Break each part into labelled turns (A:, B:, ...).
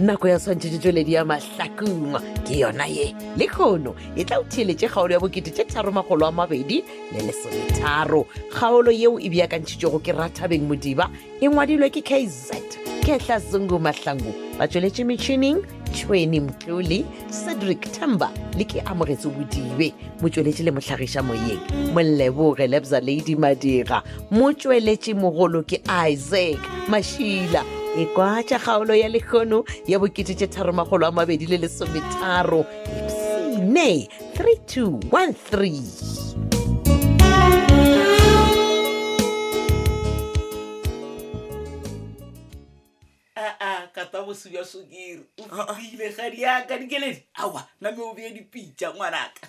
A: nako ya swantšhetšetšoledi ya mahlakongwa ke yona ye le kgono e tla o theeletše kgaolo ya bokete tše tharomagolo a mabedi le lesometharo kgaolo yeo e beakantšhitšego ke rathabeng modiba e ngwadilwe ke kz kehla zungu mahlangu ba tsweletše metšhining tšhweni mtlole cedric tember le ke amogetse bodibe motsweletše le motlhagiša moyeng molleboge lebza ladi madira motsweletše mogolo ke isaac mašila e kwa tša kgaolo ya lekgono ya bokete tše tharomagolo a mabedi le lesometharo epsene 3213
B: aa kata bosua sukiri o fetile ga diaka dikeledi awa name o beye dipitša ngwanaka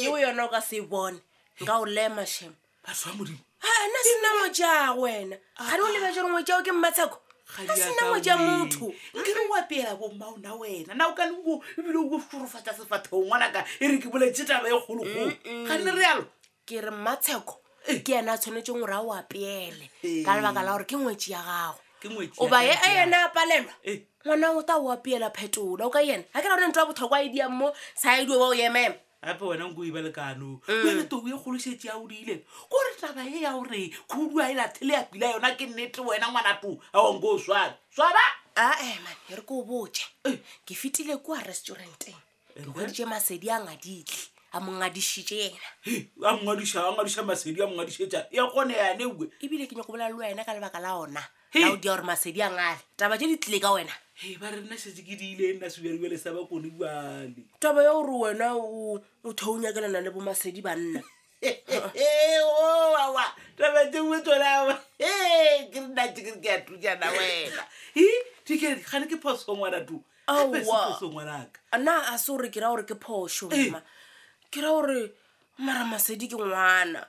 C: yeo yona o ka se e bone nka o lema shemo
B: batho ba modimo
C: na sena moja wena ga ne o leba jere ngwe jao ke mmatsheko na sena moja motho
B: nkere o apeela bommaona wena na o ka lego ebile o forofatsa sefathong ngwanaka e re ke boletse taba e kgologolo ga nne re yalo
C: ke re mmatsheko ke yena a tshwanetseng gore a o apeele
B: Eh.
C: ka lebaka la gore ke ngwetsi ya gago
B: ke ngwetsi ya
C: oba ye
B: ka
C: a
B: ke
C: yena a palelwa
B: Eh.
C: ngwana o ta o apeela phetola o ka yena ga ke ra gore ntho ya botlhokwa e diang mo sa ediwe ba o
B: Eh.
C: emema
B: gape wena nko e iba lekano ele tou e kgolosetse ya o diile kore taba e ya gore khudu a e lathe le apila yona ke nnete wena ngwanato aonko o swabe swaba
C: ae man e re ke o botse
B: Eh.
C: ke fetile kua restauranteng ke
B: And then?
C: goditse masedi a ngaditlhe a mongadišitše ena
B: a ngwadiša a ngwadiša masedi a ngwadišetša e kgone yane we
C: ebile ke nyako bola le wena ka lebaka la ona
B: He.
C: la o dia gore masedi a ngale taba tse di tlile ka wena
B: e ba re nna setse ke diile nna sebjadiwele sa bakone bale
C: taba ya gore wena o thounyakelanan le bo masedi banna
B: oaa taba tengwe tsona e ke re nate kere ke a thujana wena e dikee gane ke phoso ngwana tu gape se
C: Aowa.
B: phoso ngwanaka
C: na a se gore ke ra gore ke phoso
B: Eh.
C: ma ke ra gore mara masedi ke ngwana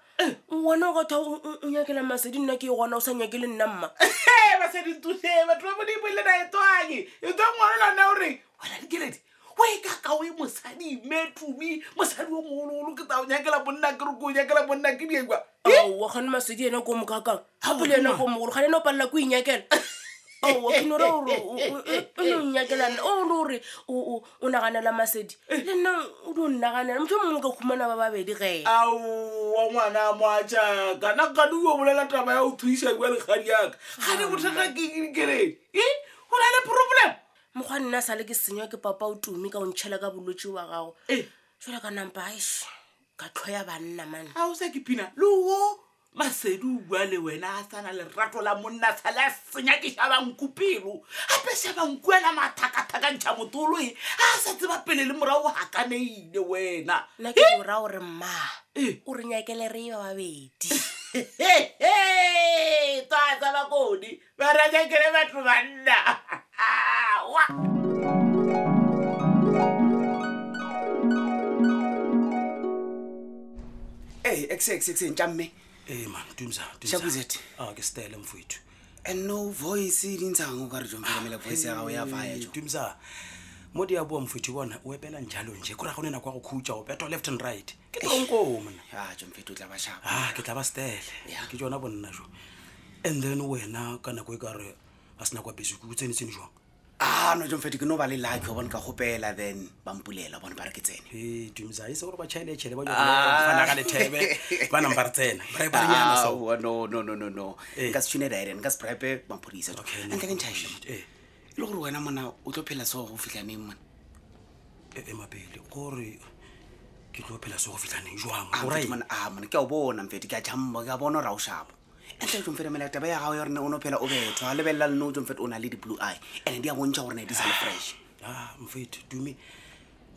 C: ngwana o katha o nyakela masedi nna ke e gona o sa nyakele nna mma
B: Hey, basedituse batho ba modimo le na e tswange e tswa ngwana lona ore wena dikeledi o e kaka o e mosadi mme tumi mosadi o mogologolo ke tsa o nyakela bonna ke re ko o nyakela bonna ke diekwa
C: aowa gane masedi ena ko mokakang gape le ena ko mogolo gane ena o palela ko inyakela aowa ke nora gore o e, ne o nyakela nna o le gore o- o- o naganela masedi le nna o ne o nnaganela motho o mongwe ka khumana ba babedi e? gee
B: aowa ngwana moatsaka nna kane o bolela taba ya o thuisa kwa legadi yaka ga ne bothata ke eng dikeledi e go na le problem
C: mokgwa nna sa le ke senywa ke papa o tumi ka o ntšhela ka bolwetse wa gago
B: Eh.
C: jale ka nampa aish ka tlho ya banna mane
B: ga o sa ke phina le o masedi o bua le wena a sana lerato la monna sa le a senya ke shabanku pelo gape shabanku ena mathakathakantšha motoloe a sa tseba pele le morago gakaneile wena
C: nna ke dira gore mma
B: Eh.
C: o re nyakele re ba babedi
B: tsatsa bakodi ba ranyakele batho banna Aowa.
D: eyi ekusekusekuseni tja mme
E: ee Eh, man tumza
D: Shakuzet.
E: a ke style mfowethu
D: and no e voice dintsango ka re jomferemela voice ya gago ya
E: Eh,
D: vaya jo
E: tumza mo di a bua mfowethu bona o epela njalo nje kore ga one nako ya go khutsa o petwa left and right ke
D: Eh.
E: tlonko mona
D: a jomfeto o tla ba shapa
E: a Ah, ke tla ba style
D: Yeah.
E: ke jona bonna jo and then wena ka nako e kare ga se nako ya bese ko tsenetsene jwang
D: ano jomfeto ke Ah, no ba le lucky o bone ka gopela then ba mpulela bone ba re ke tsene
E: e tumza e se gore ba chaele chele ba
D: Ah.
E: fana ka lethebe ba nang ba re tsena ba re- ba re nyana so
D: Aowa, Ah, oh, no no no no no
E: Eh.
D: nka se tshwene direct nka se prepe bamphodisa jo
E: Okay, no
D: antle Ah, ke ntšhaile
E: problem.
D: e
E: Eh.
D: le gore wena mona o tlo phela seo go fitlhaneng mona
E: e mapele gore ke tlo phela se go fitlhaneng jwang
D: Ah,
E: Alright.
D: mfethu mona a mone ke a o bona mfeto ke a jamba ke a bona gore a o E shapo antle jomfetomela taba ya gago ya gorene o ne o phela o betho a lebelela leno jomfeto o na le di-blue eye and di a bontšha gorene di sa le fresh
E: a mofete dume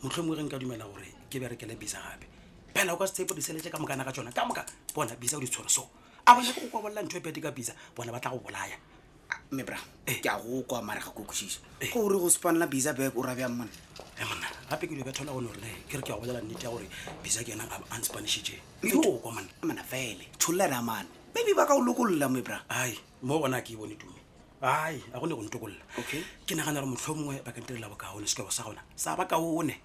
E: motlhomo ge e nka dumela gore ke berekele bisa gape phela o ka se tshepo diselete ka mokana ka tsona ka moka bona bisa o di tshwere so a bona ke go kwa bolela ntho e pete ka bisa bona ba tla go bolaya
D: mebra Ah,
E: Eh.
D: ke a go kwa mare ga kokosiso gore go sepanela bisa bag o rabjang mone
E: e monna gape ke dube thola gone gorene ke re ke a go bolela nnete ya gore bisa ke yena a nspanishitše
D: Mfethu.
E: eokwa monna
D: amana fele tsholola ramane maybe ba ka o lokolola mebra
E: ai mo gona ke e bone dume ai a gone go ntokolola
D: Okay.
E: ke nagana gore motlho mongwe ba ka ntirela bokaone sekebo sa gona sa bakaone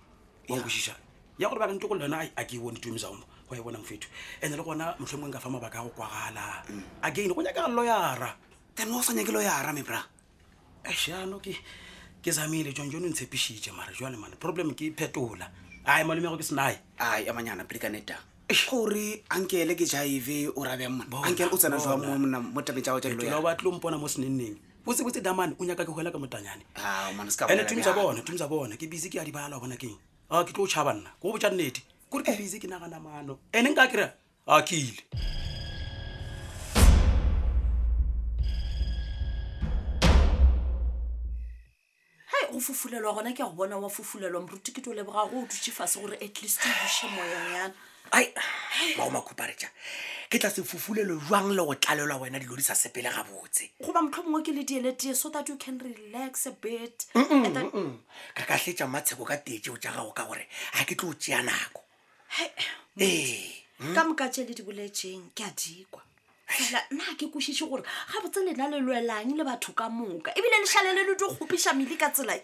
E: wa nkwešiša ya gore ba ka ntokolola yona ai, a ke e bone dume saomo go e bona mofetho and-e le gona motlho mongwe nka fa mabaka a go kwagala again go nyaka loyara
D: then wa o sa nyakelo yara mebra
E: ashano ke ke zamile jone jone o ntshepišitše mare jale mane problem ke e phetola ae malomego ke senae
D: ai amanyana pelekanetang gore ankele ke jive o rabjang mona
E: Bona,
D: ankele o tsena jwa
E: bona.
D: mo e tabeng tjago
E: phetola o
D: jalo
E: batlile o mpona mo senenneng botsebotse damane o nyaka ke hwela ka motanyane
D: mane se ka
E: ande tumi tsa
D: bolela bjalo.
E: bona tumi tsa bona ke busy ke a di bala wa bona keng a ke tlo o tšhaba nna ko botša nnete kore ke busy ke nagana maano ande nka kry-a a ke ile
C: hai o fufulelwa gona ke a go bona wa fufulelwa moruti ke to leboga go o dutse fase gore at least o buše moyanyana
D: ai bao makhuparetša ke tla se fufulelo jwang le go tlalelwa wena dilo di sa sepele gabotse
C: goba motlho mongwe ke le dieletee so that you can relax a bit And then-
D: ka katletša matsheko ka teetšeo tša gago ka gore ga ke tlo o tšea nako
C: Hai,
D: ee
C: ka moka tse le di boletseng ke a dikwa fela nna ha ke kwešiše gore ga botse lena le lwelang le batho ka moka ebile lešhale le le di kgopiša mele ka tsela e.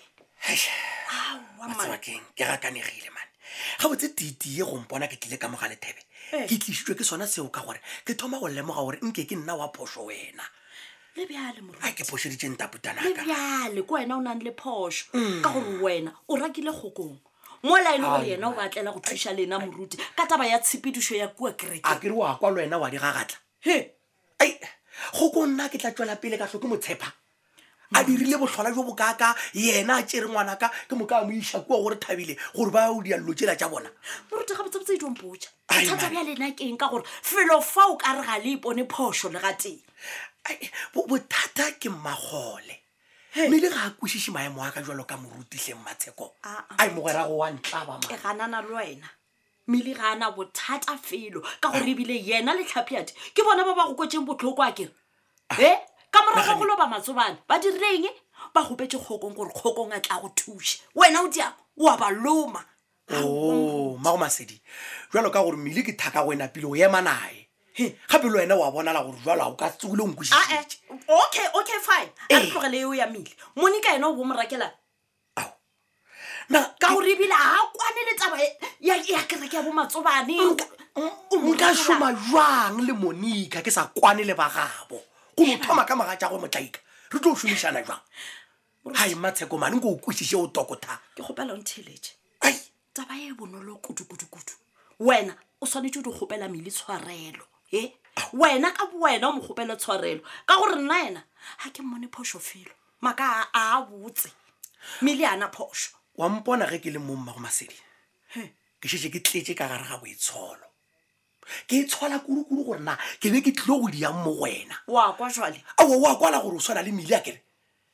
C: Aowa, man.
D: matsebakeng ke gakanegile mane ga botse titie gompona ke tlile ka moga lethebe
E: Eh.
D: ke tlišitšwe ke sona seo ka gore ke thoma go lemoga gore nke ke nna wa phošo wena
C: le bjale
D: a
C: moruti
D: ke phošeditše
C: le
D: ntaputanaka
C: bjale ko wena o nang le phošo ka gore wena o rakile kgokong mola e le gore yena o batlela go thuša lena moruti ka taba ya tshepedišo ya kua kereke
D: a kere wa kwa le wena wa di gagatla
C: he
D: ai go ko nna ke tla tswela pele ka tlho ke mo tshepa a dirile botlhola jo bokaka yena a tsere ngwanaka ke moka a mo iša kua gore thabile gore ba o dialelo tsela tša bona
C: moruti ga botsebotse e dompotša
D: Ai,
C: bothata
D: man.
C: bja lena keng ka gore felo fa o ka re ga le ipone phošo le ga teng
D: Ai, bo- bothata ke magole mme le ga a kwešiše maemo a ka jalo ka morutitleng matsheko
C: Ah, ah.
D: a mogwera go wa ntlaba
C: ke ganana le wena mmele ga ana bothata felo ka gore ebile yena le tlhapiadi ke bona ba ba go kotseng botlhoko a kere e ka morago go loba matsobane ba direng ba gopetse kgokong gore kgokong a tla go thuše wena o diang oa ba loma
D: o mago masedi jalo ka gore mmele ke thaka go ena pele o ema nae gape le wena wa bonala gore jalo a o ka tsule o
C: ae
D: nkwešišitše
C: okay okay fine a re
D: Eh.
C: tlogele eo ya mmele monika yena o bo morakela
D: na
C: ka gore ebile ga kwane le taba e- ya ya kereke ya bo matsobane Mm.
D: nka šoma jang le monica ke sa kwane le bagabo go mo thoma ka maga jago motlaika re tlo o šomišana jang hai matsheko mane nko o kwešiše o tokotha
C: ke kgopela o ntheletše
D: ai
C: taba e bonolo kudu-kudu-kudu wena o tshwanetse o di kgopela mele tshwarelo e wena ka bo wena o mo kgopela tshwarelo ka gore nna ena ga ke mmone phošo felo maaka a a botse mele ana phošo
D: wa mpona ge ke le mo mmago masedi ke šetse ke tletse ka gare ga boitsholo ke e tshola kurukuru gore na ke be ke tlile go diang mo wena
C: oa kwa jale
D: ao oa kwala gore o swana le mmele akere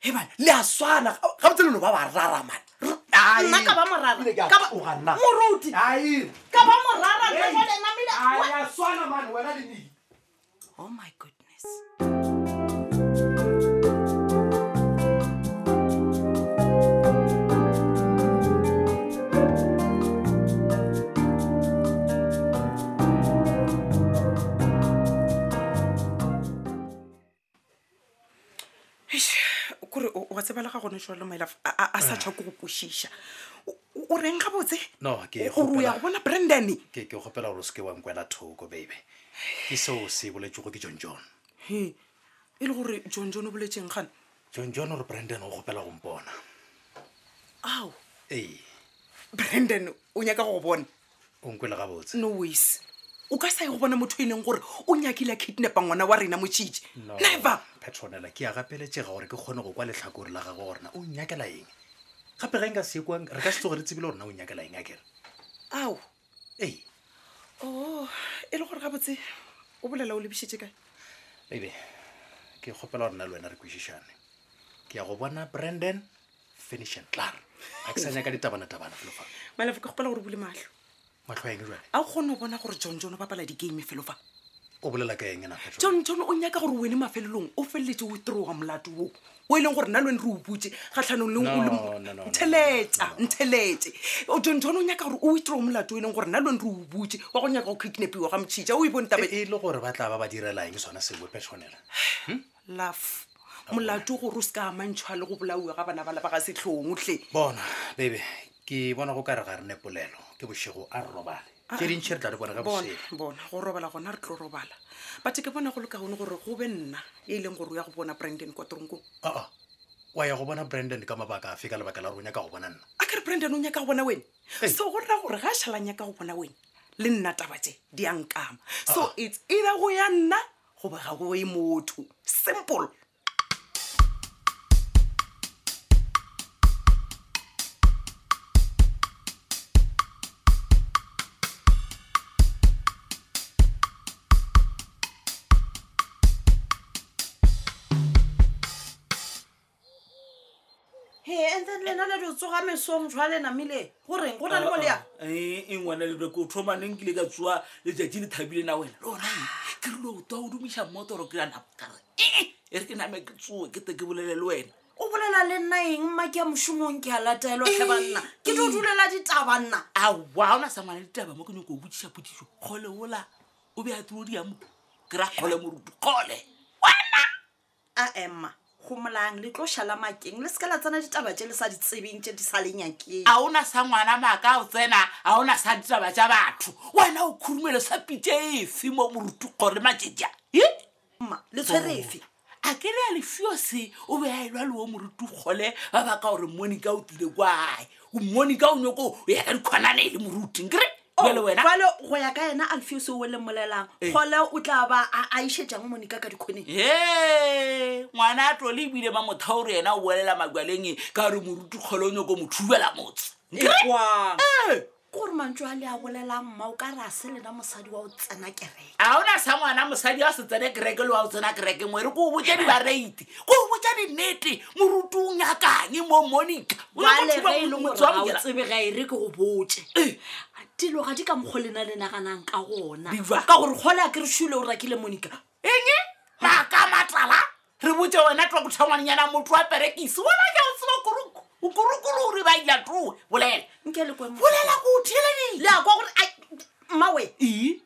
C: ebana
D: le a swana ga botse leno ba ba raramane
C: nna ka ba morara ka ba- moruti ka ba morara nna jwale, nna mmele- wa- oh my goodness
F: kore o wa tseba le ga gone jalo maelaf a a sa tšha ko go kwešiša O- o reng ga botse
E: No, ke
F: ore o ya
E: kgopela-
F: go bona brandon E
E: ke ke gopela gore o seke wa nkwela thoko babe ke seo se boletsego ke john john
F: he e le gore john john o boletseng gane
E: john john ore brandon o gopela go mpona
F: ao
E: ee
F: brandon o nyaka go go bona
E: o nkwele gabotse
F: no ways o ka sa ye go bona motho e leng gore o nyakile a kidnapa ngwana wa rena motšhitše
E: No,
F: never
E: petronela ke a gapeletšega gore ke kgone go kwa letlhakore la gago gorena o nyakela eng gape ge nka sekwang re ka se tsoge re tsebile gorena o nyakela eng akere
F: ao
E: ee
F: o e le gore ga botse o bolela o lebišitše kae
E: babe ke kgopela gorena le wena re kwešišane ke ya go bona brandon finish and clar a ke sa nyaka ditabanatabana felofa
F: malafo ke gopela gore o bule matlho
E: matlho a eng jale
F: a o kgone go bona gore john john o bapala di-game felofa
E: o bolela ka eng na Petronella?
F: john john o nyaka gore wene mafelelong o feleletse o teroga molato oo o e leng gore nna le wene re o putse gatlhanong le
E: No, no, no, no, no,
F: ntheletsa
E: no, no.
F: ntheletsa O- john john o nyaka gore o itero molato o e leng gore nna le wene re o butse wa go nyaka go kidnapiwa ga motšhija o e bone taba
E: e e le gore ba tla ba ba direla eng sona sewe petronela
F: laf molato gore o se ka amantšhwa le go bolaiwa ga bana ba laba ga setlhongtlhe
E: bona bebe ke bona go ka re ga re nepolelo ke bošego a re robale tše dintšhe re tla di bona ka
F: bona
E: bošego
F: bona go robala gona re tlo robala but ke bona go le kaone gore go be nna e e leng gore o ya go bona brandon kwa toronkong
E: aa Ah, wa ya go bona brandon ka mabaka afe ka lebaka la re o nyaka go bona nna
F: a ka re brandon o nyaka go bona wena
E: Hey.
F: so go raya gore ga a šhala nyaka go bona wena le nna taba tse di a nkama
E: Ah.
F: so it's either go ya nna goba ga go e motho simple
C: he and then lena le dio tsoga mesong jwa lena mile goreng go na le molea
B: e ngwana le ko thomaneng kile ka tsoa letjatsi le thabile na wena le ona ke rile go twa o dumiša mmotoro ke yana kare ee e re ke name ke tsoe ke te ke bolele le wena
C: o bolela le nna eng mma ke ya mošomong ke a lataelo tlhe banna ke di o dulela ditaba nna
B: awa ona sa ngwana ditaba mo ke nyako o botsiša potsiso kgole ola o be a tiro diamo ke ra kgole morutu kgole
C: a emma go molang le tlo šala makeng le seke la tsena ditaba tse le sa di tsebeng tse di sa lenyakeng
B: a ona sa ngwana maaka o tsena a ona sa ditaba tsa batho wena o khurumelo sa pitse efe mo morutu kgole matsetja e
C: mma le
B: Oh.
C: tshwerefe
B: a ke re a lefio se o be a elwa le o morutu kgole ba baka gore monica o tlile kwae monica o nyoko o ya ka dikgonane e le moruting kere jale wena
C: jale Oh, go ya ka ena alfeus o le molelang gole o tla ba a išetjang monika ka dikgoneng
B: ee ngwana a tlole ebile ma motha ore yena o bolela makwaleng ka gore morutu kgole o nyoko mothubela motse
C: Ekwa.
B: Ee,
C: ke gore mantswe a le a bolelang mma o ka re a se lena mosadi wa o tsena kereke
B: a ona sa ngwana mosadi a o se tsene kereke le wa o tsena kereke mo ere ko o botsa dibareite ko o botsa dinete morutu o nyakang mo monica O nyaka
C: jale
B: thuba
C: ge e le
B: motho
C: gore
B: wa
C: ga o
B: mojela.
C: tsebe ga e re ke go botse dilo ga di ka mokgo lena le naganang ka gona
B: Diva.
C: ka gore gole a ke re šule o rakile monika
B: eng e? maaka matlala re botse wena twa kothangwannyana motho wa perekisi wona ke o tseba kuruku o kurukuru o re ba ila tue bolela
C: nke le kwe
B: bolela ko o thieledi
C: le E? a kwa gore mmawe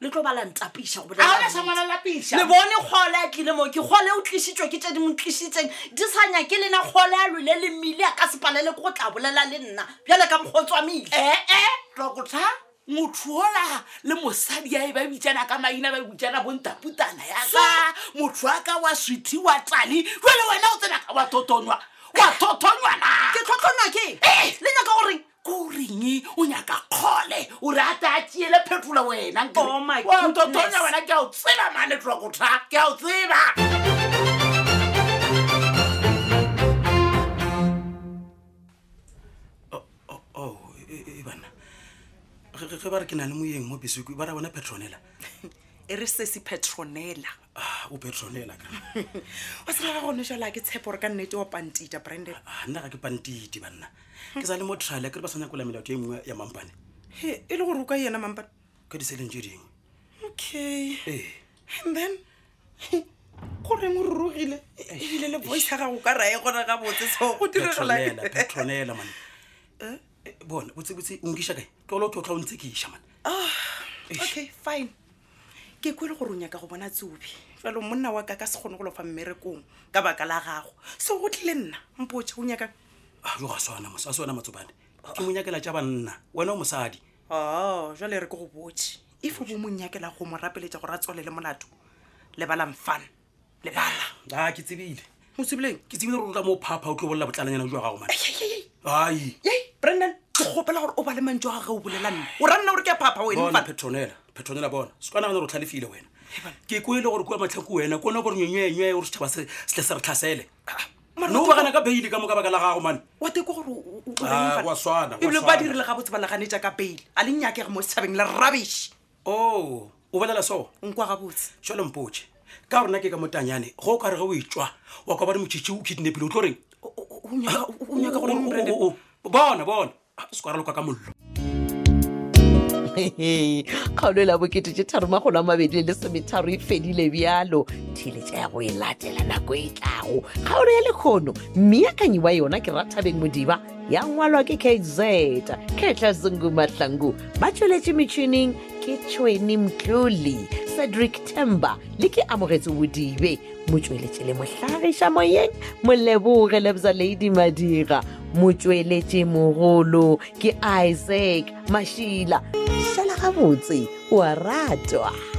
C: le tlo ba lantapiša
B: a
C: go bolela
B: ona sa
C: nnete.
B: ngwana lapisa
C: le bone kgole a tlile moo ke kgole o tlisitswe ke tse di mo tlisitseng di sanya ke lena kgole a lwele le mmile a ka sepalele ko go tla bolela le nna bjale ka mokgotswamile
B: ee tlokotha Eh, motho ola le mosadi ae ba bitsana ka maina ba bitsana bontaputana yaka motho a ka wa swethi wa tali jale wena o tsena ka wa thotonywa wa thotonywana
C: ke tlhotlhonwa ke
B: Eh!
C: le nyaka goreng
B: koreng o nyaka kgole o re ata a tseele phetola wena nkere.
C: Oh my
B: Wa totonya
C: goodness.
B: wena ke a o tseba mane tlokotha ke a o tseba
E: oh e bana ge ba re ke na le moyeng mo beseko ba ra bona petronela
F: e re se se petronela
E: Ah, o petronela ka
F: o sela ga gone jala ke tshepo gore ka nnete wa pantita branden
E: Ah, nna ga ke pantiti banna ke sa le mo trial ke re ba sa nyakola melato e mengwe ya mampane
F: he e le gore o ka yena mampane
E: ka diseleng tse dingwe
F: okay
E: ee
F: and then goreng o rurugile ebile le voice ya gago ka raye gona ga botse so go
E: petronela
F: diregelang
E: petronela man Eh, bona botsebotse o nkiša kae tlolo ke o tlha o ntse ke iša man
F: okay fine ke kwele gore o nyaka go bona tsobi jalo monna wa ka ka se kgone go lofa mmerekong ka baka la gago so go tlile nna mpotse o nyaka
E: Ah, jo ga swana mos a swana matsobane ke mo nyakela tša banna wena o mosadi
F: o jale oh, re ke go botse if o bo monyakela go mo rapeletsa gore a tswale le molato lebalamfana lebala
E: a ke tsebile
F: o tsebileng
E: ke tsebile gore o tla mo phapha o tlo bolela botlalanyana jwa gago man ai
F: ye brandon ke gopela gore o ba le mantse wa gage o bolela nna o ra nna gore ke a phapa
E: bona
F: wenfana
E: petronela petronela bona sekwana gane gore o tlhalefile wena ke koele gore kua matlhako wena kone gore nyonyenyee gore setšhaba se tle se re tlhasele
F: mara
E: no
F: o
E: o bagana ka beile ka mo ka baka la gago mane
F: wa teko gore o- o- o
E: Ah,
F: reng fana?
E: wa swana, wa
F: ebile ba
E: swana.
F: dirile ga botse ba laganetsa ka peile a le nyakege mo setšhabeng le rabish
E: o Oh, o bolela so
F: nkwa ga botse
E: šale mpotse ka gorena ke ka motanyane go o ka re ge o etswa wa kwa ba re motšhitši o kidnapile o tlo reng
F: O- o- o- o nyaka- o- o nyaka gore brandon
E: O- o- o- bona bona Ah, sekwara loka ka mollo
A: kgaolo la bokete tse tharo magolo a mabedi le lesometharo e fedile bjalo theletša ya go e latela nako e tlago kgaolo ya lekgono mmeakanyi wa yona ke rathabeng modiba ya ngwalwa ke kz ketla zungu mahlangu ba tsweletše metšhineng ke tšhweni mtlole cedric tember le ke amogetse bodibe motsweletše le mohlagiša moyeng moleboge lebza ladi madira motsweletše mogolo ke isaac mašila šala gabotse o a ratwa